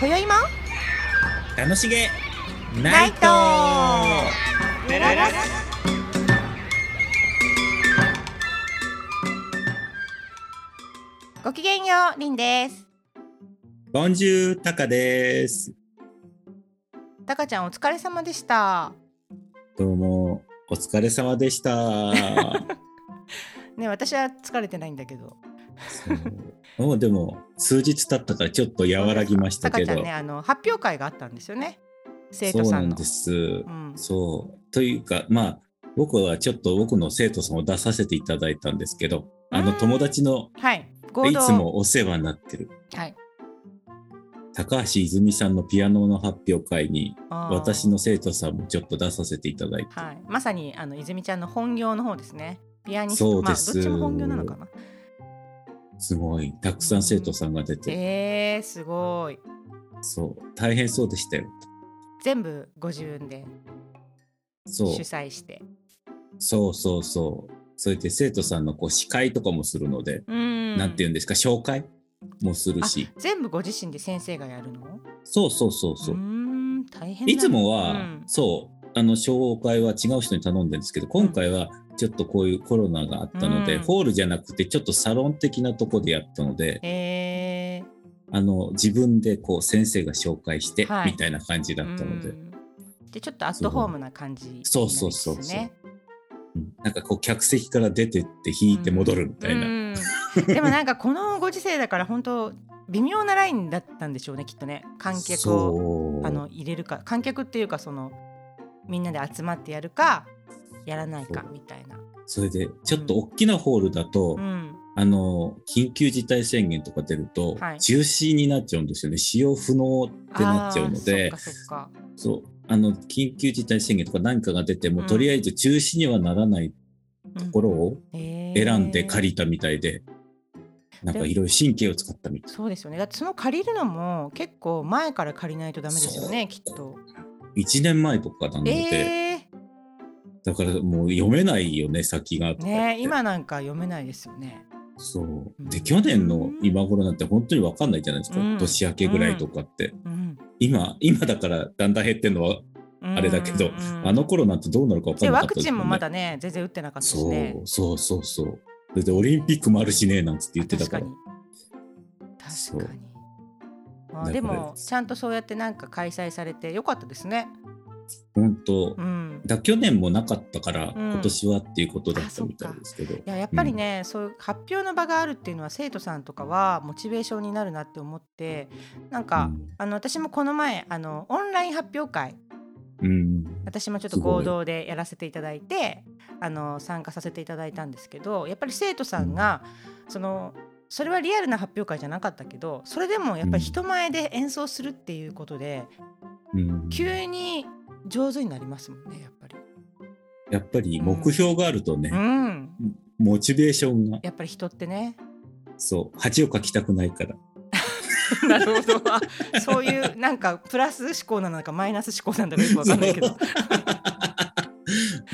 今宵も楽しげナナイイトトごきげんようりんですボンジュータカですたかちゃんお疲れ様でしたどうもお疲れ様でした ね私は疲れてないんだけどそうもうでも数日経ったからちょっと和らぎましたたかけちゃどんねあの発表会があったんですよね生そ徒うさなんんのです、うんそうというかまあ僕はちょっと僕の生徒さんを出させていただいたんですけどあうのん友達のはい合い同つもお世話になってるはい高橋泉さんのピアノの発表会にあー私の生徒さんもちょっと出させていただいて、はいまさにあの泉ちゃんの本業の方ですねピアニストそうですまあどっちも本業なのかなすごいたくさん生徒さんが出て、えー、すごいそう大変そうでしたよ全部ご自分でそう主催してそうそうそうそれで生徒さんのこう司会とかもするので、うんなんていうんですか紹介もするし全部ご自身で先生がやるのそうそうそうそうーう、ん大変だいつもは、うんそうあの紹介は違う人に頼んでるんですけど今回はちょっとこういうコロナがあったので、うんホールじゃなくてちょっとサロン的なとこでやったので、えあの自分でこう先生が紹介して、はいみたいな感じだー、ったので、うんでちょっとアットホームな感じになりつつねそうそうそうそううんなんかこう客席から出てって引いて戻るみたいな、うんでもなんかこのご時世だから本当微妙なラインだったんでしょうねきっとね観客をそうあの入れるか観客っていうかそのみんなで集まってやるかやらないかそうみたいな。それでちょっと大きなホールだと、うん、あの緊急事態宣言とか出ると、はい中止になっちゃうんですよね使用不能ってなっちゃうのであーそっかそっかそうあの緊急事態宣言とか何かが出ても、うんとりあえず中止にはならないうんところを選んで借りりたみたいで、なんかでいろいろ神経を使ったみたいそうですよねだってその借りるのも結構前から借りないとダメですよねきっと。 1年前とかなので。えだからもう読めないよね先がー、とか言ってね今なんか読めないですよね。そううでん去年の今頃なんて本当に分かんないじゃないですか、うん年明けぐらいとかって、うん今今だからだんだん減ってんのはあれだけど、うんうんうんあの頃なんてどうなるか分かでんなかワったクですチよンもまだね全然打ってなかったしね。そうそうそうそうそれでオリンピックもあるしねなんつって言ってた確かからにそう確かにあだでからもちゃんとそうやってなんか開催されてよかったですね本当、うんだ去年もなかったから、うん今年はっていうことだったみたいですけどいややっぱりね、そういう発表の場があるっていうのは生徒さんとかはモチベーションになるなって思ってなんか、うんあの私もこの前あのオンライン発表会うん私もちょっとすご合い同でやらせていただいてあの参加させていただいたんですけどやっぱり生徒さんが、そのそれはリアルな発表会じゃなかったけどそれでもやっぱり人前で演奏するっていうことで、うん急に上手になりますもんねやっぱり。やっぱり目標があるとね、うんモチベーションがやっぱり人ってね そう恥をかきたくないからなるほどあそういうなんかプラス思考なのかマイナス思考なんだかよくわかんないけど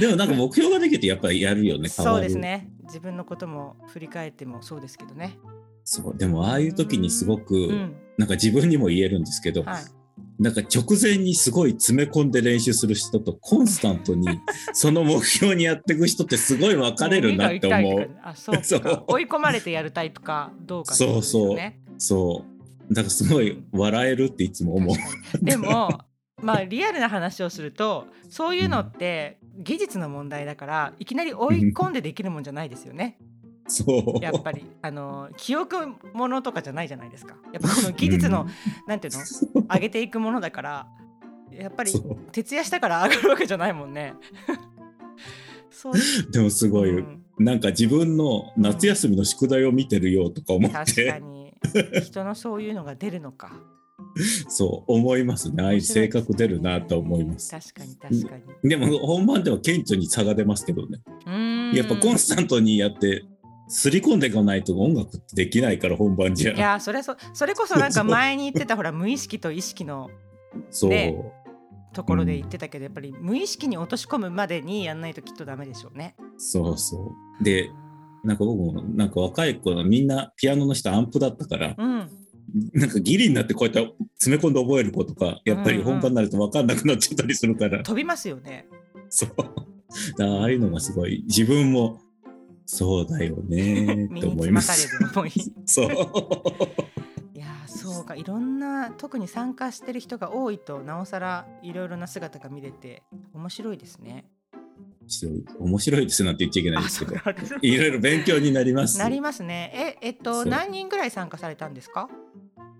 でもなんか目標ができるとやっぱりやるよね変わそうるですね自分のことも振り返ってもそうですけどね。そうでもああいう時にすごく、うんなんか自分にも言えるんですけど、はい、なんか直前にすごい詰め込んで練習する人とコンスタン トにその目標にやっていく人ってすごい分かれるなって思耳が痛いうとかあそうか そう追い込まれてやるタイプかどうかってことですよねそうだからすごい笑えるっていつも思 う、確かにでもまあリアルな話をするとそういうのって技術の問題だからいきなり追い込んでできるもんじゃないですよねそうやっぱりあの記憶ものとかじゃないじゃないですかやっぱこの技術の、なんていうの上げていくものだからやっぱりそう徹夜したから上がるわけじゃないもん ねそうすでもすごい、なんか自分の夏休みの宿題を見てるよとか思っ確かて、に人のそういうのが出るのか そう思いますねああいう性格出るなと思います確かに確かにでも本番では顕著に差が出ますけどね。うーんやっぱコンスタントにやって、すり込んでいかないと音楽ってできないから本番じいゃ。やそれそそれこそなんか前に言ってたほら無意識と意識のそう。ねところで言ってたけど、やっぱり無意識に落とし込むまでにやんないときっとダメでしょうね。そうそう。で、なんか僕も、なんか若い頃、みんなピアノの人アンプだったから、うんなんかギリになってこうやって詰め込んで覚える子とかやっぱうんりうん本番になると分かんなくなっちゃったりす るから、飛びますよね。そうだからああいうのがすごい自分もそうだよね身ってに思ついままされす。る思い。 そういやーそうかいろんな特に参加してる人が多いとなおさらいろいろな姿が見れて面白いですね。ちょっと面白いですなんて言っちゃいけないあですそけうどかいろいろ勉強になりますな。りますね。ええっとそう何人ぐらい参加されたんですか？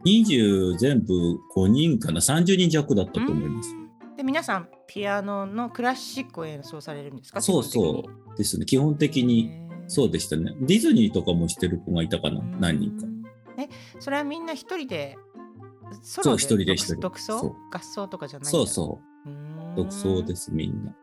20全部5人かな30人弱だったと思いますう。ーんで皆さんピアノのクラシックを演奏されるんですか？そうそうですね基本的にそうでししたねディズニーとかもしてる子がいたかな何人か。えそれはみんな一人でソそうロで一人で独一人独そ奏う合奏とかじゃないそううそうーんう独奏ですみんな。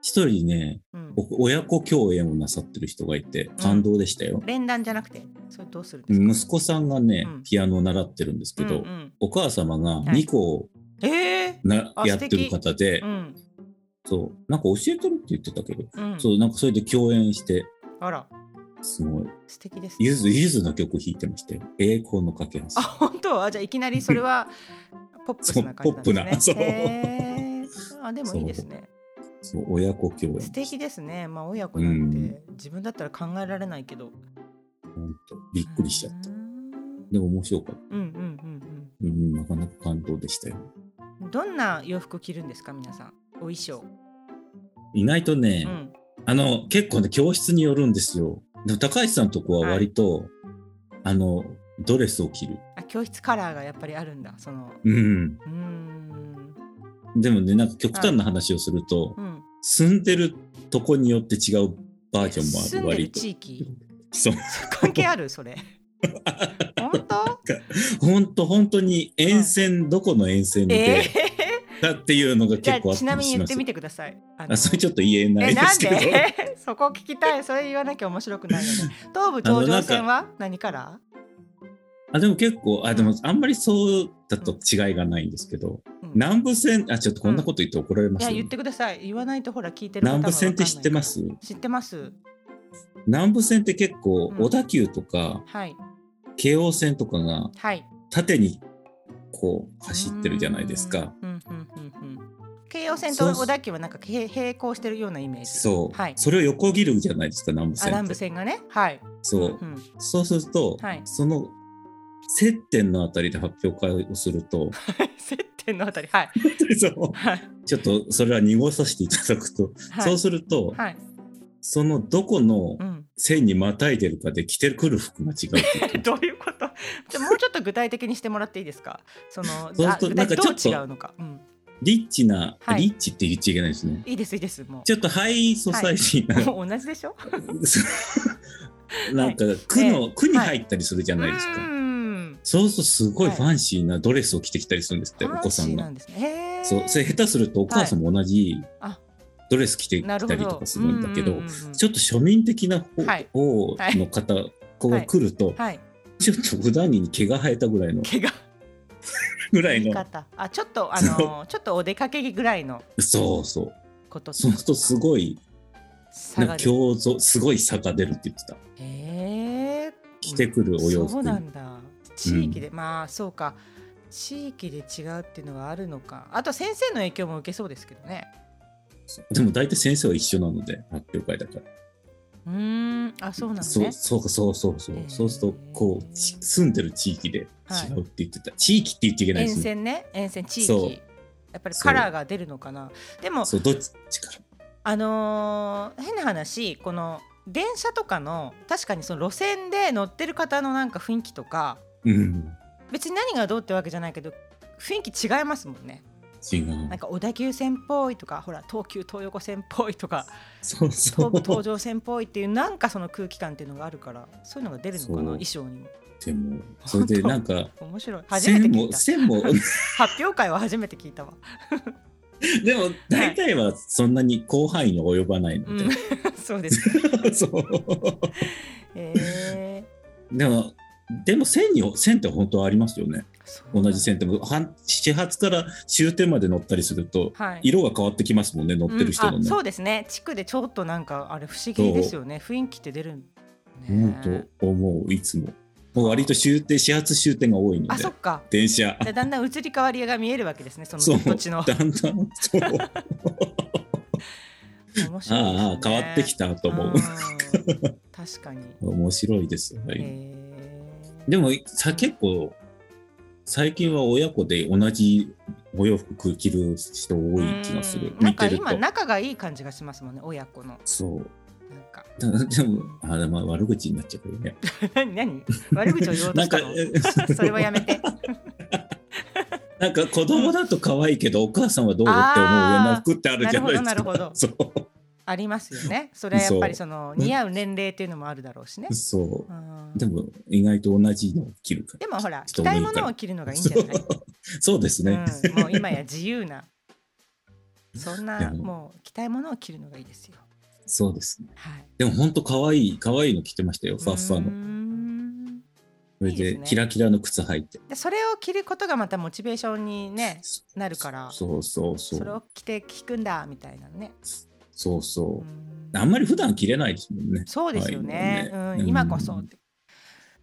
一人ねうん僕親子共演をなさってる人がいて感動でしたよ。連弾じゃなくてそれどうするんですか？息子さんがね、うんピアノを習ってるんですけど、うんうんお母様がい2個をええな、あやってる方で、うんそうなんか教えてるって言ってたけど、うん、そうなんかそれで共演してあらすごい素敵です、ゆずゆずの曲弾いてましたよ栄光の架けあ橋本当あじゃあいきなりそれはポップスな感じなんですね。 そうポップなへーあでもいいですね。そう親子共演素敵ですね。まあ親子なんて自分だったら考えられないけど。ほんとびっくりしちゃったうーんでも面白かった、うんうんうん、なかなか感動でしたようんうん。どんな洋服着るんですか皆さん。お衣装。意外とね、うん。あの結構ね教室によるんですよでも高橋さんとこは割と、あのドレスを着るあ教室カラーがやっぱりあるんだ。そのうんうーんでもねなんか極端な話をすると、うん。住んでるとこによって違うバージョンもあ住るんでる割と地域そう関係ある それ。本当？本当本当に沿線どこの沿線えでえだっていうのがじゃあ 結構あっちたなみにりし言まってすみてください。あのあそれちょっと言えないえでなんすけどで そこ聞きたいそれ言わなきゃ面白くないよね東武東上線は何から あでも結構あでもあんまりそうだと違いがないんですけど、うん南部線あちょっとこんなこと言って怒られまいすよやね、言ってください言わないとほら聞いてる方が南部線って知ってまわすかんない知ってます南部線って結構うん小田急とかはい京王線とかがはい縦にこう走ってるじゃないですか。うんうんうんうん京王線と小田急はなんかへ並行してるようなイメージそう、はいそれを横切るじゃないですか南部あ線っ南部て線がねはいそう、んんそうすると、はいその接点のあたりで発表会をすると接点のあたりはい そうはいちょっとそれは濁させていただくと、はそいうすると、はいそのどこのうん 線にまたいでるかで着てくる服が違うっていうどういうことじゃあもうちょっと具体的にしてもらっていいですかそのそうあす具るとな体んかどうちょっ違とうのか、うん、リッチな、はいリッチって言っちゃいけないですねいいですいいですもちょっとハイソサイティな、うもう同じでしょそう なんか区の、区に入ったりするじゃないですか、うーんそうするとすごいはいファンシーなドレスを着てきたりするんですって、お子さファンシんーながんですねへーそうそれ下手するとお母さんも同じあドレス着てきなるたほどりとかするんだけど、うんうんうんうんちょっと庶民的な方,、はい方の方子が来ると、はいちょっと普段着に毛が生えたぐらいの毛がぐらい言いの方あちょっ とあのちょっとお出かけぐらいのそうそうことそうするとすごい差ながんか出る胸像すごい差が出るって言ってたへえ着てくるお洋そう服に、なんだ地域で、まあそうか地域で違うっていうのはあるのかあと先生の影響も受けそうですけどねでも大体先生は一緒なので発表会だからうーんあそうなのねそうそうかそうそうそう、へーそうするとこうち住んでる地域ではい違うって言ってた、地域って言っちゃいけないで沿すね線ね沿線地そう域やっぱりカラーが出るのかなでもそうどっちからあのー変な話この電車とかの確かにその路線で乗ってる方のなんか雰囲気とかうん別に何がどうってわけじゃないけど雰囲気違いますもんね違うなんか小田急線っぽいとかほら東急東横線っぽいとかそうそ東武う東上線っぽいっていうなんかその空気感っていうのがあるからそういうのが出るのかなそう衣装にもでもそれでなんか面白い初めて線聞いもた線も 発表会は初めて聞いたわ、でも大体はそんなに広範囲に及ばないので、うん そうです、 ね、そうえーでもでも線に線って本当はありますよねそうなんだ同じ線でも半始発から終点まで乗ったりするとはい、色が変わってきますもんね乗ってる人のうんあね、そうですね地区でちょっとなんかあれ不思議ですよね雰囲気って出るねうん、と思ういつももう割と終点始発終点が多いのあでそっか電車じゃあだんだん移り変わりが見えるわけですねそのそう土地の だんだん そう面白いですあねあ変わってきたと思ううん確かに、面白いです、はいえーでもさ結構最近は親子で同じお洋服着る人多い気がすうるんな見んかてると今仲がいい感じがしますもんね親子のそう なんか ただでもあでも悪口になっちゃうけどね何何悪口を言おうとなしんかた のそれはやめてなんか子供だと可愛いけどお母さんはどうって思うような服ってあるじゃないですか。なるほどなるほど そうありますよねそれはやっぱりそのそう似合う年齢っていうのもあるだろうしね、そううんでも意外と同じのを着るから。でもほらち着ょっとた多いいかもらのを着るのがいいんじゃないそうそうですね。うん、もう今や自由なそんいなやもう着たいものを着るのがいいですよそうですね。はいでも本当可愛い可愛いの着てましたよ。ファッファうーの。んそれいいでですねキラキラの靴履いて。でそれを着ることがまたモチベーションにねなるからそそうそうそれうを着て聞くんだみたいなねそううそんう。あんまり普段着れないですもんね。そうですよね,、はいうん、今こそ、うん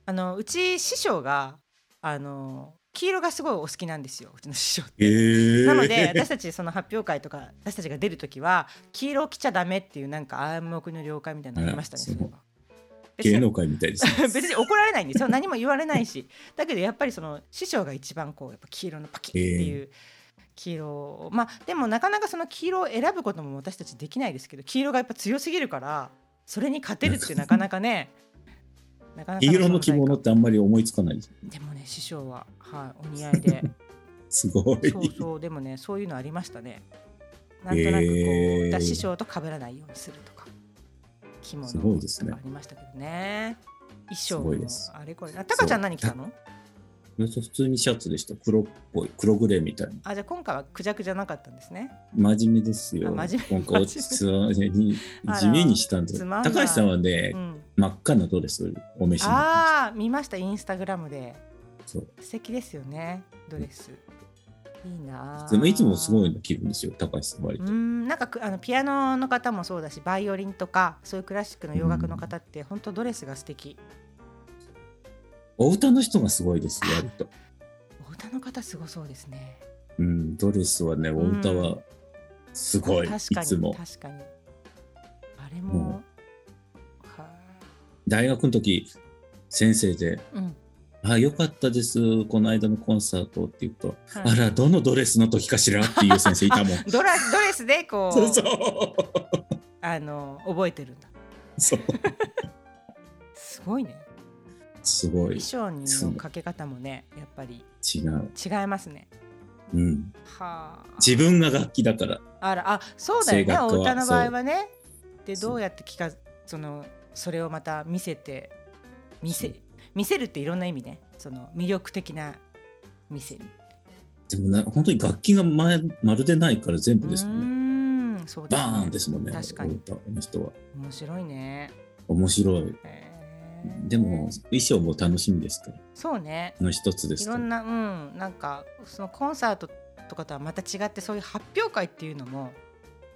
あのうち師匠があの黄色がすごいお好きなんですようちの師匠って。えー、なので私たちその発表会とか私たちが出るときは黄色着ちゃダメっていうなんか暗黙の了解みたいなのありましたね。あそられは別 芸に能界みたいですね。 別に怒られないんですよ何も言われないしだけどやっぱりその師匠が一番こうやっぱ黄色のパキッっていう黄色をまあでもなかなかその黄色を選ぶことも私たちできないですけど黄色がやっぱ強すぎるからそれに勝てるってなかなかねなかなか黄色の着存在感物ってあんまり思いつかないです。でもね師匠は、はい、お似合いですごい。そうそうでもねそういうのありましたねなんとなくこう、へーだ師匠と被らないようにするとか着物すごいですとねかありましたけどねす衣ご装いもですあれこれあタカちゃん何着たの普通にシャツでした。黒っぽい。黒グレーみたいな。あじゃあ今回はクジャクじゃなかったんですね。真面目です よ。あ真面目今回落ち着いに地味にしたんですつよまんない高橋さんはね、うん、真っ赤なドレスをお召しになああ見ましたインスタグラムでってそう素敵ですよねドレス。いいなー。でもいつもすごいの着るんですよ、高橋さん割うーと。んなんかくあのピアノの方もそうだしバイオリンとかそういうクラシックの洋楽の方って本当ドレスが素敵お歌の人がすごいです、割と。お歌の方すごそうですねうん、ドレスはね、お歌はすごい、い確かにつも。確かにあれももは大学の時、先生で、ーうんあ、よかったです、この間のコンサートって言うと、はい。あら、どのドレスの時かしらっていう先生いたもん ドラドレスでこう そうそう。あの覚えてるんだそう。すごいねすご衣、い装にのかけ方もねやっぱり違う。違いますねうん。はあ自分が楽器だから。あらあそうだよ声ね楽はお歌の場合はねでそうどうやって聞かそのそれをまた見せて見せ見せるっていろんな意味ねその魅力的な見せるでもな本当に楽器が前まるでないから全う部ですもんね。ーんそうバだ、ーンねで、すもんね。確かにこの人は面白いね面白い。へーでも衣装も楽しみですから。そうねの一つでいすかろら。んなうんなんかそのコンサートとかとはまた違ってそういう発表会っていうのも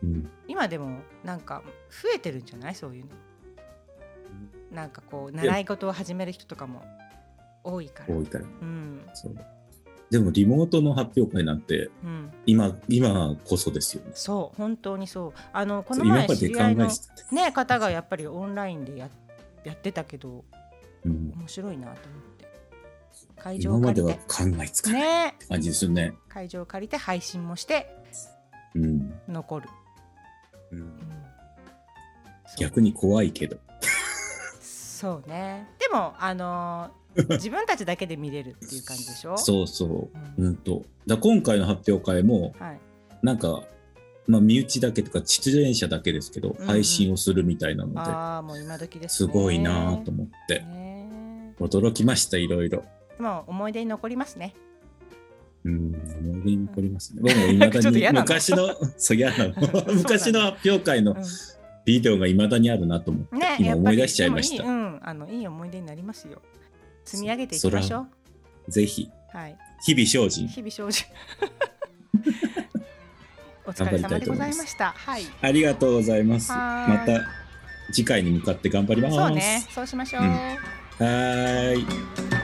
うん今でもなんか増えてるんじゃないそういうのなんかこう習い事を始める人とかも多いから多いから。うんそう。でもリモートの発表会なんてうん今今こそですよね。そう本当にそうあのこそのう今前まで知考り合えいてたの、ね、方がやっぱりオンラインでややってたけどうん面白いなと思って会場今をまで借りは考えつてかないね感じですよね。会場を借りて配信もしてうん。残る、ううんん、そう逆に怖いけど。そうねでもあの ー自分たちだけで見れるっていう感じでしょそうそう。うんうんと。だから今回の発表会もはい、なんか、まあ、身内だけとか出演者だけですけど、うん配信をするみたいなので、ああもう今時ですすねごいなぁと思って、ね驚きましたいろいろ。でも思い出に残りますねうん、思い出に残り ますね。僕もいまなんかちょだっとに嫌なの昔の、そう嫌なの そう なんだ昔の発表会のうビデオがいまだにあるなと思って、んね今やっぱり思い出しちゃいましでた。もいい,、うん、あのいい思い出になりますよ積み上げていきましょぜひ、うはい日々精進。日々 精進お疲れ様でございましたはいありがとうございます。はーいまた次回に向かって頑張ります。そうねそうしましょう、うんはーい。